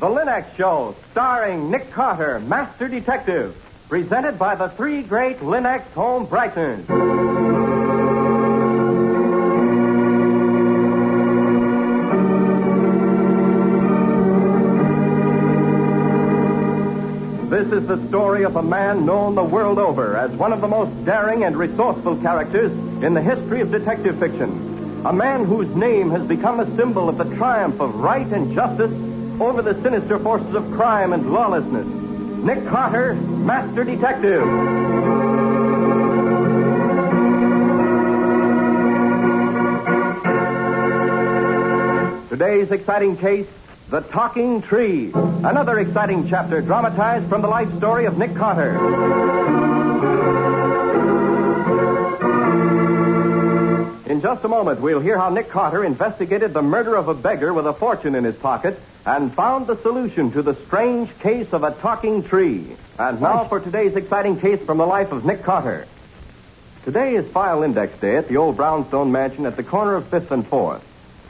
The Linux Show, starring Nick Carter, Master Detective, presented by the three great Linux home brightons. This is the story of a man known the world over as one of the most daring and resourceful characters in the history of detective fiction. A man whose name has become a symbol of the triumph of right and justice over the sinister forces of crime and lawlessness. Nick Carter, Master Detective. Today's exciting case The Talking Tree. Another exciting chapter dramatized from the life story of Nick Carter. In just a moment, we'll hear how Nick Carter investigated the murder of a beggar with a fortune in his pocket and found the solution to the strange case of a talking tree. And now for today's exciting case from the life of Nick Carter. Today is file index day at the old brownstone mansion at the corner of 5th and 4th.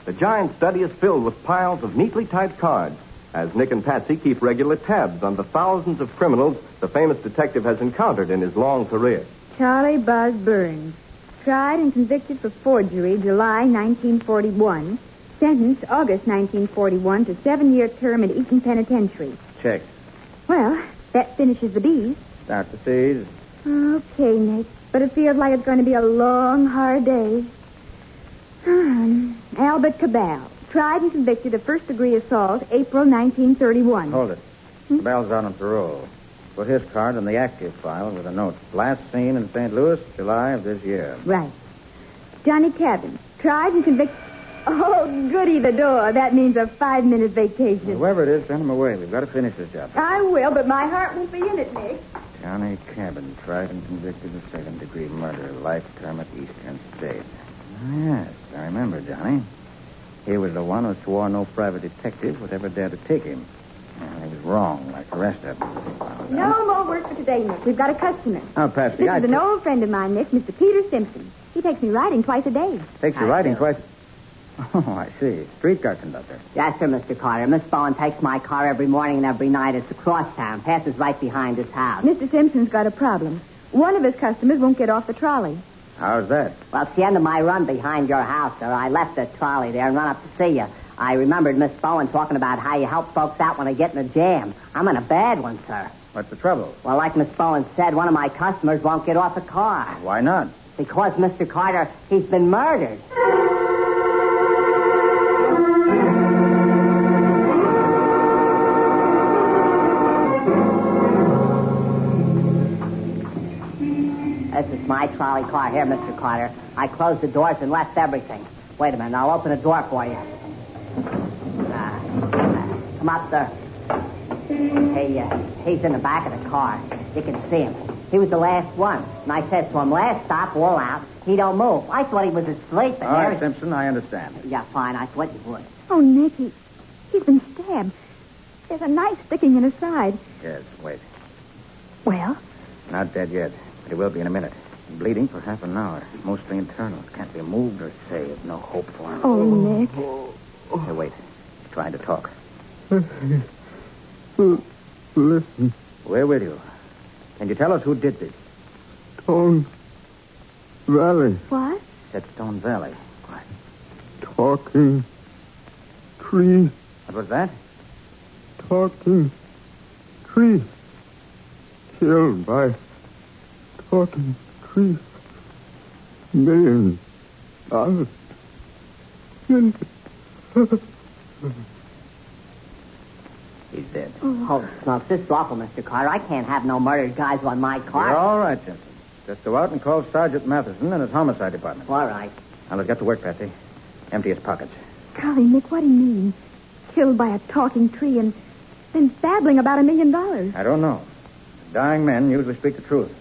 The giant study is filled with piles of neatly typed cards as Nick and Patsy keep regular tabs on the thousands of criminals the famous detective has encountered in his long career. Charlie Buzz Burns, tried and convicted for forgery July 1941, sentenced August 1941 to seven-year term at Eaton Penitentiary. Check. Well, that finishes the bees. Start the seeds. Okay, Nick, but it feels like it's going to be a long, hard day. Hmm. Albert Cabal, tried and convicted of first-degree assault April 1931. Hold it. Bell's out on parole. Put his card in the active file with a note. Last seen in St. Louis, July of this year. Right. Johnny Cabin, tried and convicted... Oh, goody the door. That means a five-minute vacation. Whoever it is, send him away. We've got to finish this job. I will, but my heart won't be in it, Nick. Johnny Cabin, tried and convicted of second degree murder, life term at Eastern State. Ah, Yes, I remember, Johnny. He was the one who swore no private detective would ever dare to take him. And he was wrong, like the rest of them. No more work for today, Nick. We've got a customer. Now, Oh, Patsy, This I is an old friend of mine, Nick, Mr. Peter Simpson. He takes me riding twice a day. takes your writing twice. Oh, I see. Streetcar conductor. Yes, sir, Mr. Carter. Miss Bowen takes my car every morning and every night. It's across town, passes right behind this house. Mr. Simpson's got a problem. One of his customers won't get off the trolley. How's that? Well, it's the end of my run behind your house, sir. I left the trolley there and run up to see you. I remembered Miss Bowen talking about how you help folks out when they get in a jam. I'm in a bad one, sir. What's the trouble? Well, like Miss Bowen said, one of my customers won't get off the car. Why not? Because, Mr. Carter, he's been murdered. This is my trolley car here, Mr. Carter. I closed the doors and left everything. Wait a minute, I'll open a door for you. Ah, ah, come up, sir. Hey, uh, he's in the back of the car. You can see him. He was the last one. And I said to him, last stop, all out. He don't move. I thought he was asleep. And All right, there- Simpson, I understand. Yeah, fine. I thought you would. Oh, Nick, he, he's been stabbed. There's a knife sticking in his side. Yes, wait. Well, Not dead yet, but he will be in a minute. Bleeding for half an hour, mostly internal. Can't be moved or saved. No hope for him. oh, Nick. Hey, wait. He's trying to talk. Listen, We're with you. Can you tell us who did this? Tone Valley What? Said Stone Valley. What? talking tree, What was that? talking tree. Killed by talking tree. Millions dollars. And He's dead. Oh, smokes. This is awful, Mr. Carter. I can't have no murdered guys on my car. You're all right, Simpson. Just go out and call Sergeant Matheson and his homicide department. All right. Now, let's get to work, Patsy. Empty his pockets. Golly, Nick, what do you mean? Killed by a talking tree and then babbling about a million dollars. I don't know. Dying men usually speak the truth.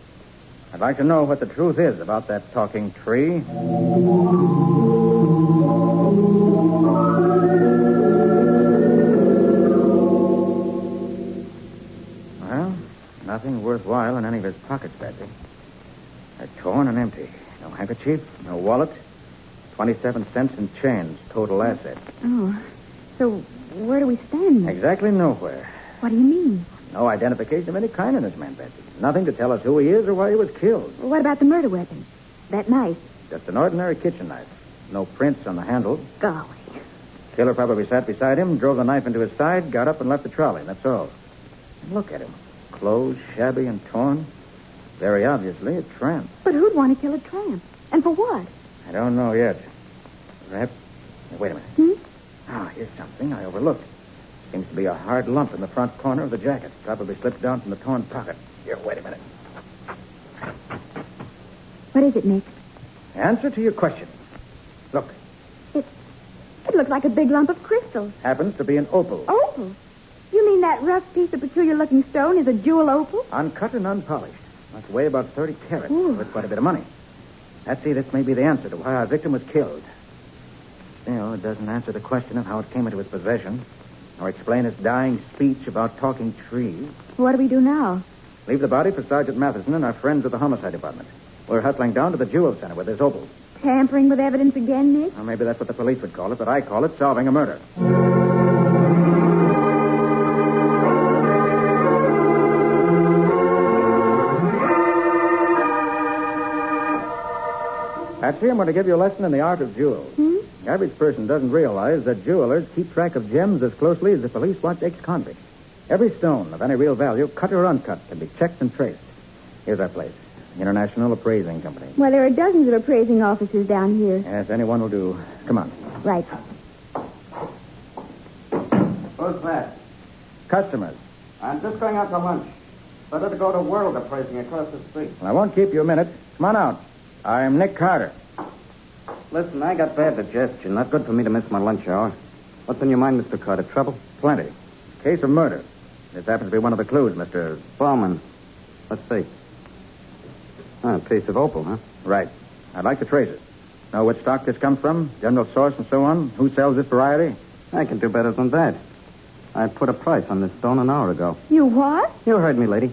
I'd like to know what the truth is about that talking tree. Well, nothing worthwhile in any of his pockets, Patsy. They're torn and empty. No handkerchief, no wallet. Twenty-seven cents in change, total assets. Oh. So where do we stand? then? Exactly nowhere. What do you mean? No identification of any kind in this man, Betsy. Nothing to tell us who he is or why he was killed. What about the murder weapon? That knife? Just an ordinary kitchen knife. No prints on the handle. Golly. Killer probably sat beside him, drove the knife into his side, got up and left the trolley. and That's all. And look at him. Clothes shabby and torn. Very obviously a tramp. But who'd want to kill a tramp? And for what? I don't know yet. Perhaps. Wait a minute. Hmm? Ah, here's something I overlooked. Seems to be a hard lump in the front corner of the jacket. Probably slipped down from the torn pocket. Here, wait a minute. What is it, Nick? Answer to your question. Look, It looks like a big lump of crystal. happens to be an opal. Opal? You mean that rough piece of peculiar looking stone is a jewel opal? Uncut and unpolished. Must weigh about 30 carats. Ooh. Worth quite a bit of money. Betsy, this may be the answer to why our victim was killed. Still, it doesn't answer the question of how it came into his possession, or explain his dying speech about talking trees. What do we do now? Leave the body for Sergeant Matheson and our friends at the homicide department. We're hustling down to the jewel center with this opal. Tampering with evidence again, Nick? Well, maybe that's what the police would call it, but I call it solving a murder. Patsy, I'm going to give you a lesson in the art of jewels. Hmm? The average person doesn't realize that jewelers keep track of gems as closely as the police watch ex-convicts. Every stone of any real value, cut or uncut, can be checked and traced. Here's our place, the International Appraising Company. Well, there are dozens of appraising offices down here. Yes, anyone will do. Come on. Right. Who's that? Customers. I'm just going out to lunch. Better go to World Appraising across the street. Well, I won't keep you a minute. Come on out. I'm Nick Carter. Listen, I got bad digestion. Not good for me to miss my lunch hour. What's on your mind, Mr. Carter? Trouble? Plenty. Case of murder. This happens to be one of the clues, Mr. Bowman. Let's see. Ah, a piece of opal, huh? Right. I'd like to trace it. Know what stock this comes from? General source and so on? Who sells this variety? I can do better than that. I put a price on this stone an hour ago. You what? You heard me, lady.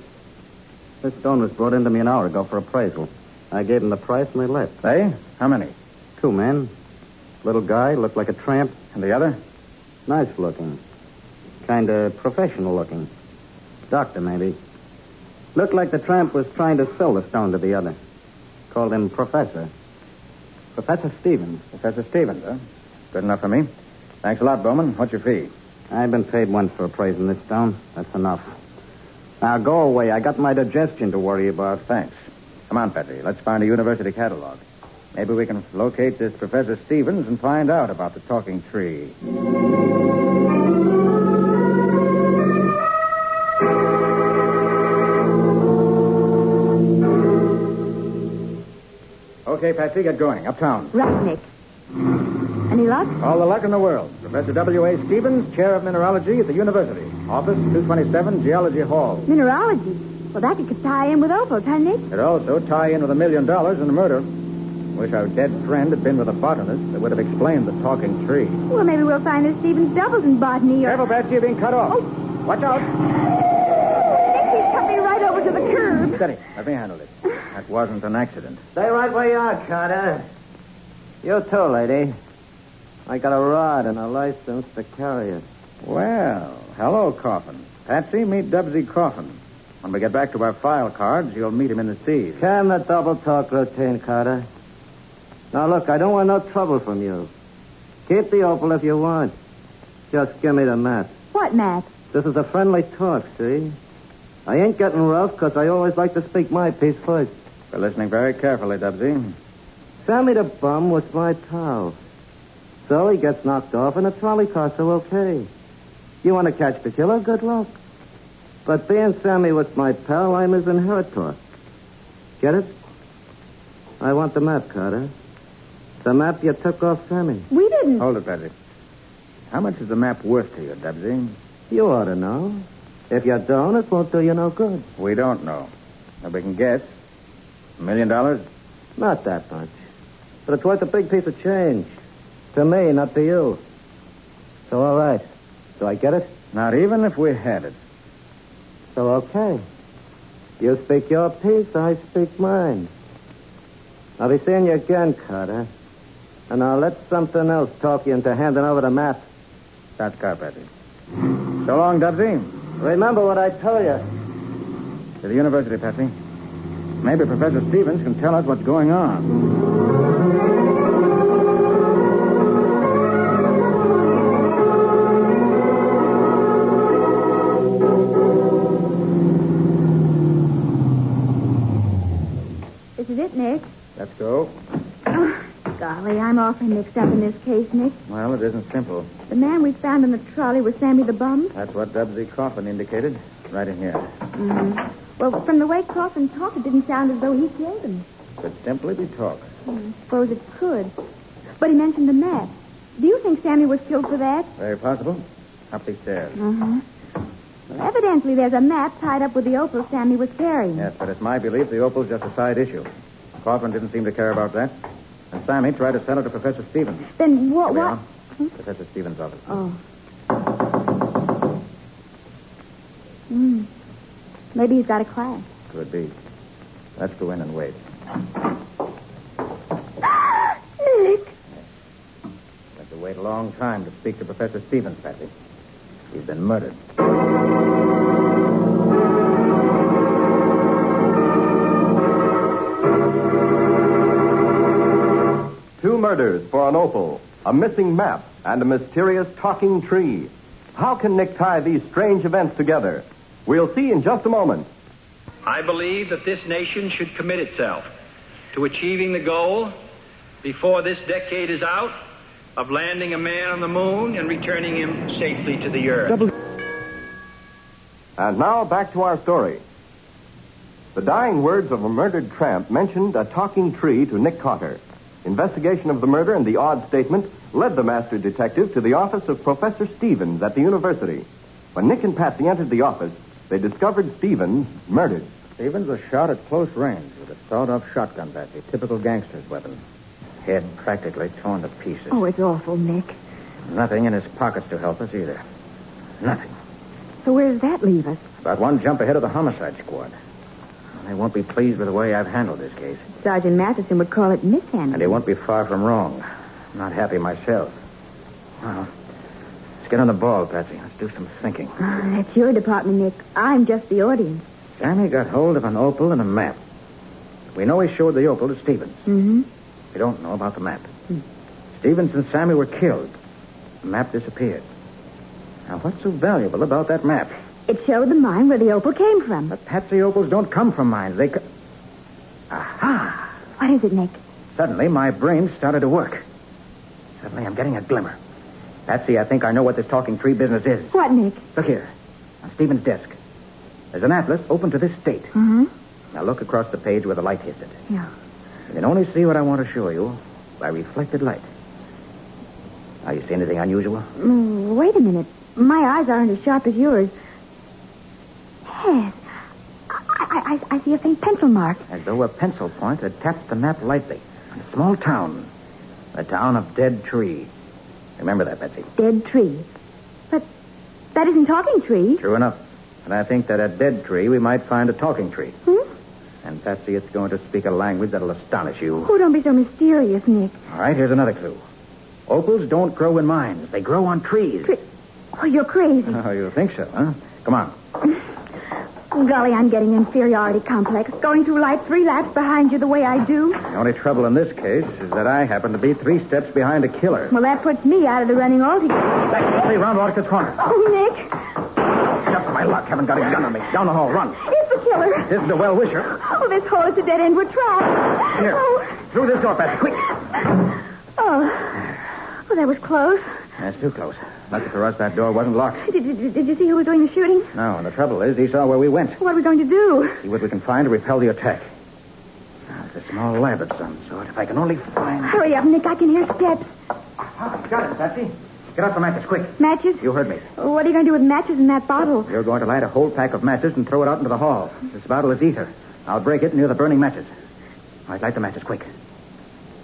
This stone was brought in to me an hour ago for appraisal. I gave them the price and they left. They? How many? Two men. Little guy, looked like a tramp. And the other? Nice looking. Kind of professional looking. Doctor, maybe. Looked like the tramp was trying to sell the stone to the other. Called him Professor. Professor Stevens. Professor Stevens, huh? Good enough for me. Thanks a lot, Bowman. What's your fee? I've been paid once for appraising this stone. That's enough. Now go away. I got my digestion to worry about. Thanks. Come on, Petrie. Let's find a university catalog. Maybe we can locate this Professor Stevens and find out about the talking tree. Okay, Patsy, get going. Uptown. Right, Nick. Any luck? All the luck in the world. Professor W.A. Stevens, Chair of Mineralogy at the University. Office 227, Geology Hall. Mineralogy. Well, that could tie in with opals, huh, Nick? It also tie in with a million dollars and the murder. Wish our dead friend had been with a botanist that would have explained the talking tree. Well, maybe we'll find there's Stevens doubles in botany or... Careful, Betsy, you're being cut off. Oh. Watch out. Nick, he's cut me right over to the curb. Steady. Let me handle it. That wasn't an accident. Stay right where you are, Carter. You too, lady. I got a rod and a license to carry it. Well, hello, Coffin. Patsy, meet Dubsy Coffin. When we get back to our file cards, you'll meet him in the sea. Can the double talk routine, Carter. Now look, I don't want no trouble from you. Keep the opal if you want. Just give me the map. What, Matt? This is a friendly talk, see? I ain't getting rough 'cause I always like to speak my piece first. We're listening very carefully, Dubsy. Sammy the bum was my pal. So he gets knocked off in a trolley car, so okay. You want to catch the killer? Good luck. But being Sammy was my pal, I'm his inheritor. Get it? I want the map, Carter. The map you took off Sammy. We Oh. didn't. Hold it, Patsy. How much is the map worth to you, Dubsy? You ought to know. If you don't, it won't do you no good. We don't know. But we can guess. A million dollars? Not that much. But it's worth a big piece of change. To me, not to you. So, all right. Do I get it? Not even if we had it. So, okay. You speak your piece, I speak mine. I'll be seeing you again, Carter. And I'll let something else talk you into handing over the map. Start carpenter. So long, Dubsy. Remember what I told you. To the university, Patsy. Maybe Professor Stevens can tell us what's going on. This is it, Nick. Let's go. Oh, golly, I'm awfully mixed up in this case, Nick. Well, it isn't simple. The man we found in the trolley was Sammy the Bum. That's what Dubsy Coffin indicated. Right in here. Well, from the way Coffin talked, it didn't sound as though he killed him. Could simply be talk. I suppose it could. But he mentioned the map. Do you think Sammy was killed for that? Very possible. Up these stairs. Uh-huh. Well, evidently, there's a map tied up with the opal Sammy was carrying. Yes, but it's my belief the opal's just a side issue. Coffin didn't seem to care about that. And Sammy tried to sell it to Professor Stevens. Then what? Here we What? are. Professor Stevens' office. Oh. Hmm. Maybe he's got a class. Could be. Let's go in and wait. Nick. We'll have to wait a long time to speak to Professor Stevens, Patsy. He's been murdered. Two murders for an opal, a missing map, and a mysterious talking tree. How can Nick tie these strange events together? We'll see in just a moment. I believe that this nation should commit itself to achieving the goal before this decade is out of landing a man on the moon and returning him safely to the earth. And now back to our story. The dying words of a murdered tramp mentioned a talking tree to Nick Cotter. Investigation of the murder and the odd statement led the master detective to the office of Professor Stevens at the university. When Nick and Patsy entered the office, they discovered Stevens murdered. Stevens was shot at close range with a sawed-off shotgun, Patsy. Typical gangster's weapon. Head practically torn to pieces. Oh, it's awful, Nick. Nothing in his pockets to help us either. Nothing. So where does that leave us? About one jump ahead of the homicide squad. They won't be pleased with the way I've handled this case, Sergeant Matheson would call it and mishandling. they won't be far from wrong. I'm not happy myself. Well, let's get on the ball, Patsy. Let's do some thinking. Ah, that's your department, Nick. I'm just the audience. Sammy got hold of an opal and a map. We know he showed the opal to Stevens. Mm-hmm. Hmm. We don't know about the map. Stevens and Sammy were killed. The map disappeared. Now, what's so valuable about that map? It showed the mine where the opal came from. But Patsy opals don't come from mines. They. Co- Aha! What is it, Nick? Suddenly, my brain started to work. Suddenly, I'm getting a glimmer. Patsy, I think I know what this talking tree business is. What, Nick? Look here, on Stephen's desk. There's an atlas open to this state. Mm-hmm. Now look across the page where the light hits it. Yeah. You can only see what I want to show you by reflected light. Now, you see anything unusual? Mm, wait a minute. My eyes aren't as sharp as yours. Yes. I, I, I, I see a faint pencil mark. As though a pencil point had tapped the map lightly. A small town. The town of Dead Tree. Remember that, Betsy. Dead tree. But that isn't talking tree. True enough. And I think that at Dead Tree, we might find a talking tree. Hmm? And Patsy, it's going to speak a language that'll astonish you. Oh, don't be so mysterious, Nick. All right, here's another clue. Opals don't grow in mines. They grow on trees. Tre- Oh, you're crazy. Oh, you think so, huh? Come on. Golly, I'm getting inferiority complex. Going through life three laps behind you the way I do. The only trouble in this case is that I happen to be three steps behind a killer. Well, that puts me out of the running altogether. Back, play round out the corner. Oh, Nick, Just my luck. Haven't got a gun on me. Down the hall, run. it's the killer. This is the well-wisher. Oh, this hole is a dead end. We're trapped. Here. Oh, Through this door, Patsy, quick. oh. Oh, that was close. That's too close. Lucky for us, that door wasn't locked. Did, did, did you see who was doing the shooting? No, and the trouble is, he saw where we went. What are we going to do? See what we can find to repel the attack. Now, It's a small lab of some sort. If I can only find... Hurry up, Nick. I can hear steps. Ah, got it, Patsy. Get out the matches, quick. Matches? You heard me. What are you going to do with matches in that bottle? You're going to light a whole pack of matches and throw it out into the hall. This bottle is ether. I'll break it near the burning matches. All right, light the matches quick.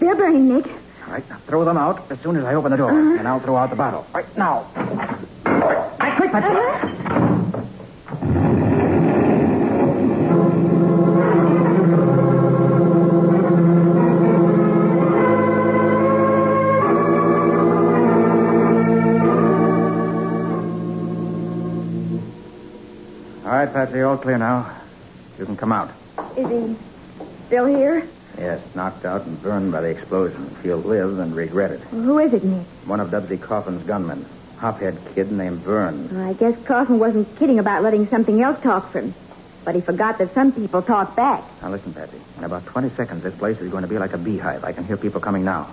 They're burning, Nick. All right, now throw them out as soon as I open the door, and I'll throw out the bottle. All Uh-huh. right now. All right, quick, Uh-huh. Patsy. All right, Patsy, all clear now. You can come out. Is he still here? Yes, knocked out and burned by the explosion. He'll live and regret it. Well, who is it, Nick? One of Dubsy Coffin's gunmen. Hophead kid named Vern. Well, I guess Coffin wasn't kidding about letting something else talk for him. But he forgot that some people talk back. Now listen, Patsy. In about 20 seconds, this place is going to be like a beehive. I can hear people coming now.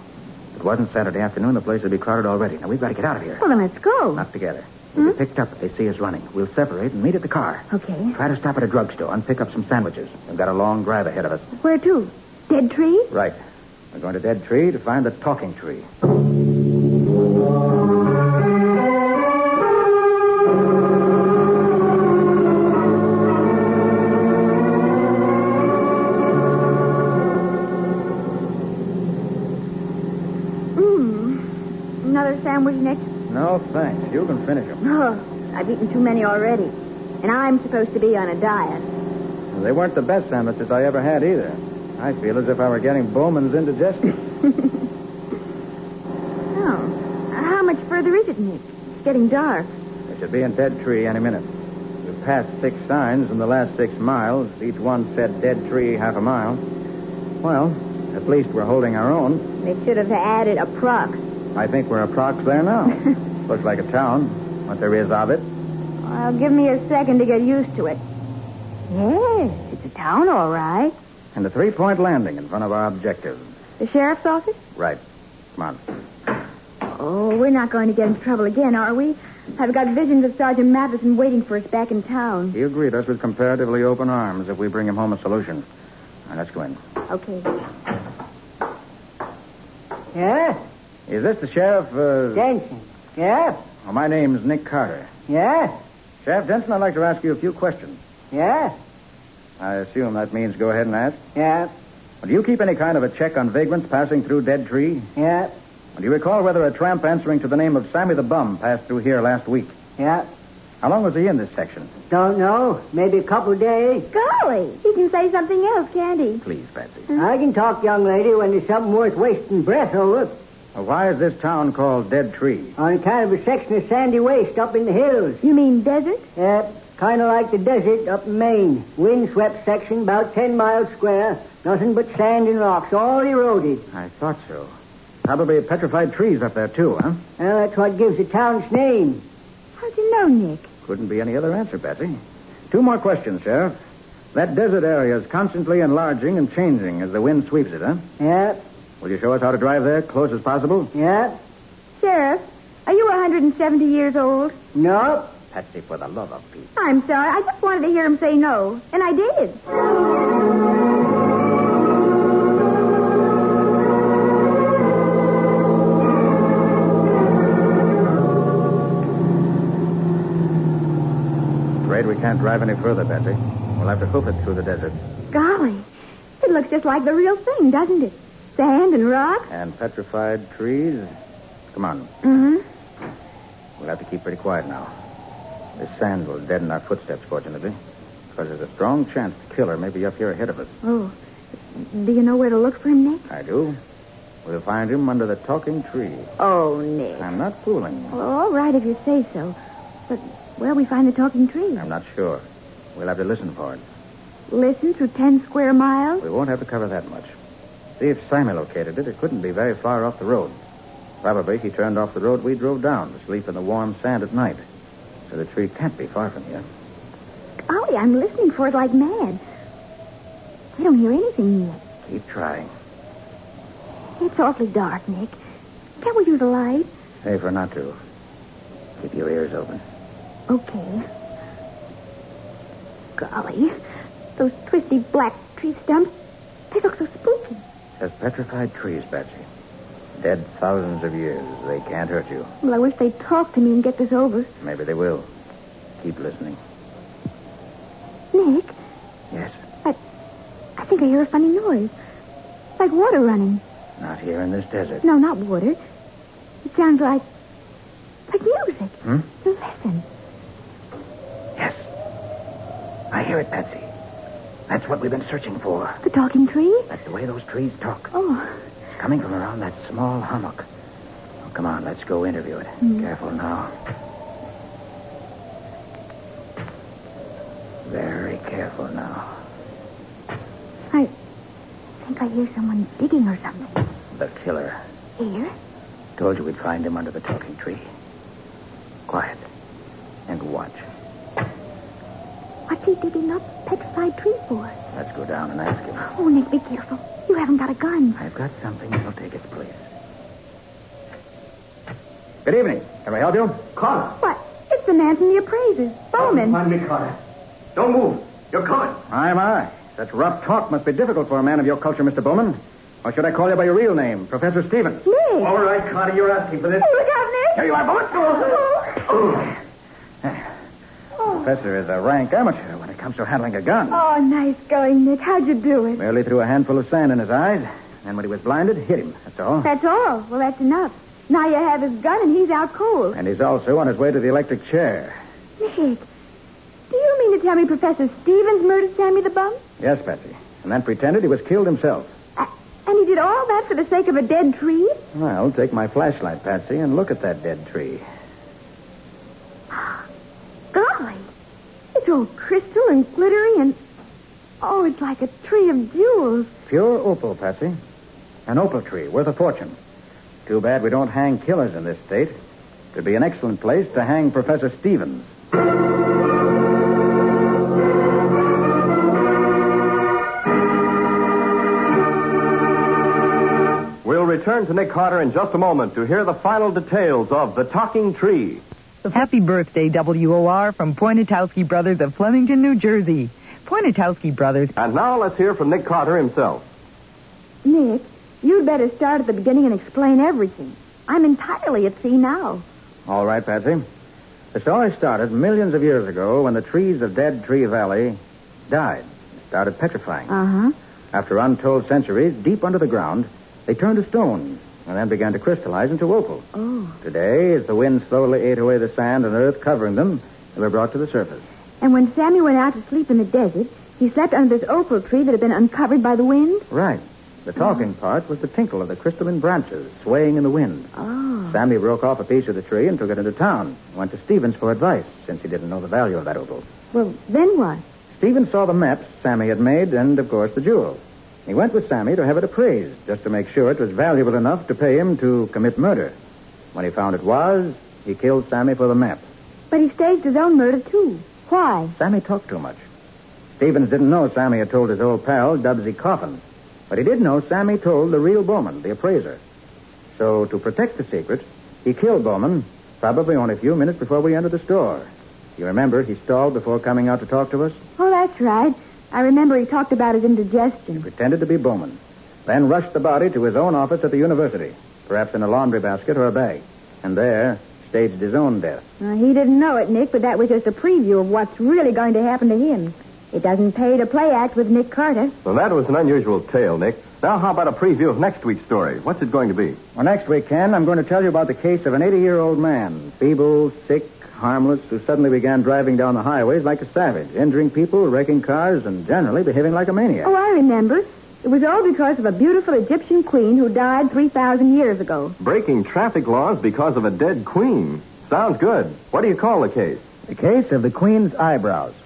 If it wasn't Saturday afternoon, the place would be crowded already. Now we've got to get out of here. Well, then let's go. Not together. We'll be picked up if they see us running. We'll separate and meet at the car. Okay. Try to stop at a drugstore and pick up some sandwiches. We've got a long drive ahead of us. Where to? Dead tree? Right. We're going to Dead Tree to find the talking tree. Mm. Another sandwich, Nick? No, thanks. You can finish them. Oh, I've eaten too many already. And I'm supposed to be on a diet. They weren't the best sandwiches I ever had either. I feel as if I were getting Bowman's indigestion. Oh. How much further is it, Nick? It's getting dark. we should be in Dead Tree any minute. We've passed six signs in the last six miles. Each one said Dead Tree half a mile. Well, at least we're holding our own. They should have added a prox. I think we're approx there now. Looks like a town, what there is of it. Well, give me a second to get used to it. Yes, it's a town, all right. And a three-point landing in front of our objective. The sheriff's office? Right. Come on. Oh, we're not going to get into trouble again, are we? I've got visions of Sergeant Matheson waiting for us back in town. He'll greet us with comparatively open arms if we bring him home a solution. Now, let's go in. Okay. Yes, Is this the sheriff? Uh... Jensen. Yes, Well, my name's Nick Carter. yes, Sheriff Denson, I'd like to ask you a few questions. yes, I assume that means go ahead and ask. yes, Do you keep any kind of a check on vagrants passing through Dead Tree? yes, Do you recall whether a tramp answering to the name of Sammy the Bum passed through here last week? yes. How long was he in this section? Don't know. Maybe a couple of days. Golly, he can say something else, can't he? Please, Patsy. I can talk, young lady, when there's something worth wasting breath over. Well, why is this town called Dead Tree? On account of a section of sandy waste up in the hills. You mean desert? Yep, kind of like the desert up in Maine. Windswept section, about 10 miles square. Nothing but sand and rocks, all eroded. I thought so. Probably petrified trees up there, too, huh? Well, that's what gives the town its name. How'd you know, Nick? Couldn't be any other answer, Patsy. Two more questions, Sheriff. That desert area is constantly enlarging and changing as the wind sweeps it, huh? Yep, Will you show us how to drive there, close as possible? yep. Sheriff, are you 170 years old? Nope. Patsy, for the love of Pete. I'm sorry. I just wanted to hear him say no, and I did. Afraid we can't drive any further, Patsy. We'll have to hoof it through the desert. Golly, it looks just like the real thing, doesn't it? Sand and rocks. And petrified trees. Come on. Mm-hmm. We'll have to keep pretty quiet now. This sand will deaden our footsteps, fortunately. Because there's a strong chance the killer may be up here ahead of us. Oh, do you know where to look for him, Nick? I do. We'll find him under the talking tree. Oh, Nick. I'm not fooling. Well, all right if you say so. But where we find the talking tree? I'm not sure. We'll have to listen for it. Listen through ten square miles. We won't have to cover that much. See if Simon located it. It couldn't be very far off the road. Probably he turned off the road we drove down to sleep in the warm sand at night. So the tree can't be far from here. Golly, I'm listening for it like mad. I don't hear anything yet. Keep trying. It's awfully dark, Nick. Can't we use a light? Safer not to. Keep your ears open. Oh, Okay. Golly, those twisty black tree stumps, they look so spooky. As petrified trees, Betsy. Dead thousands of years. They can't hurt you. Well, I wish they'd talk to me and get this over. Maybe they will. Keep listening. Nick, Yes, I, I think I hear a funny noise. Like water running. not here in this desert. No, not water. It sounds like, like music. Hmm? Listen. Yes. I hear it, Patsy. That's what we've been searching for. The talking tree? That's the way those trees talk. Oh, Coming from around that small hummock. Oh, come on, let's go interview Hmm. it. Careful now. I hear someone digging or something. The killer. Here? Told you we'd find him under the talking tree. Quiet. And watch. What's he digging up petrified tree for? Let's go down and ask him. Oh, Nick, be careful. You haven't got a gun. I've got something that'll take its place. Good evening. Can I help you? Carter! What? It's the man from the appraisers, Bowman. Find me, Carter. Don't move. You're coming. Aye, my. Such rough talk must be difficult for a man of your culture, Mr. Bowman. Or should I call you by your real name, Professor Stevens? Nick! All right, Carter, you're asking for this. Hey, look out, Nick! Here you are, Bowman. Oh. Professor is a rank amateur when it comes to handling a gun. Oh, nice going, Nick. How'd you do it? Merely threw a handful of sand in his eyes, and when he was blinded, hit him. That's all. That's all. Well, that's enough. Now you have his gun and he's out cold. And he's also on his way to the electric chair. Nick, do you mean to tell me Professor Stevens murdered Sammy the Bum? Yes, Patsy. And then pretended he was killed himself. A- and he did all that for the sake of a dead tree? Well, take my flashlight, Patsy, and look at that dead tree. Golly. It's all crystal and glittery and. Oh, it's like a tree of jewels. Pure opal, Patsy. An opal tree worth a fortune. Too bad we don't hang killers in this state. It'd be an excellent place to hang Professor Stevens. We'll return to Nick Carter in just a moment to hear the final details of The Talking Tree. Happy birthday, WOR, from Poinatowski Brothers of Flemington, New Jersey. Poinatowski Brothers. And now let's hear from Nick Carter himself. Nick, you'd better start at the beginning and explain everything. I'm entirely at sea now. All right, Patsy. The story started millions of years ago when the trees of Dead Tree Valley died, started petrifying. Uh huh. After untold centuries, deep under the ground, they turned to stone and then began to crystallize into opal. Oh. Today, as the wind slowly ate away the sand and earth covering them, they were brought to the surface. And when Sammy went out to sleep in the desert, he slept under this opal tree that had been uncovered by the wind? Right. The talking part was the tinkle of the crystalline branches swaying in the wind. Oh. Sammy broke off a piece of the tree and took it into town. Went to Stevens for advice, since he didn't know the value of that opal. Well, then what? Stevens saw the maps Sammy had made and, of course, the jewel. He went with Sammy to have it appraised, just to make sure it was valuable enough to pay him to commit murder. When he found it was, he killed Sammy for the map. But he staged his own murder, too. Why? Sammy talked too much. Stevens didn't know Sammy had told his old pal, Dubsy Coffin. But he did know Sammy told the real Bowman, the appraiser. So, to protect the secret, he killed Bowman, probably only a few minutes before we entered the store. You remember he stalled before coming out to talk to us? Oh, that's right. I remember he talked about his indigestion. Pretended to be Bowman. Then rushed the body to his own office at the university, perhaps in a laundry basket or a bag. And there, staged his own death. Uh, he didn't know it, Nick, but that was just a preview of what's really going to happen to him. It doesn't pay to play act with Nick Carter. Well, that was an unusual tale, Nick. Now, how about a preview of next week's story? What's it going to be? Well, next week, Ken, I'm going to tell you about the case of an 80 year old man, feeble, sick, harmless, who suddenly began driving down the highways like a savage, injuring people, wrecking cars, and generally behaving like a maniac. Oh, I remember. It was all because of a beautiful Egyptian queen who died 3,000 years ago. Breaking traffic laws because of a dead queen. Sounds good. What do you call the case? The case of the Queen's eyebrows.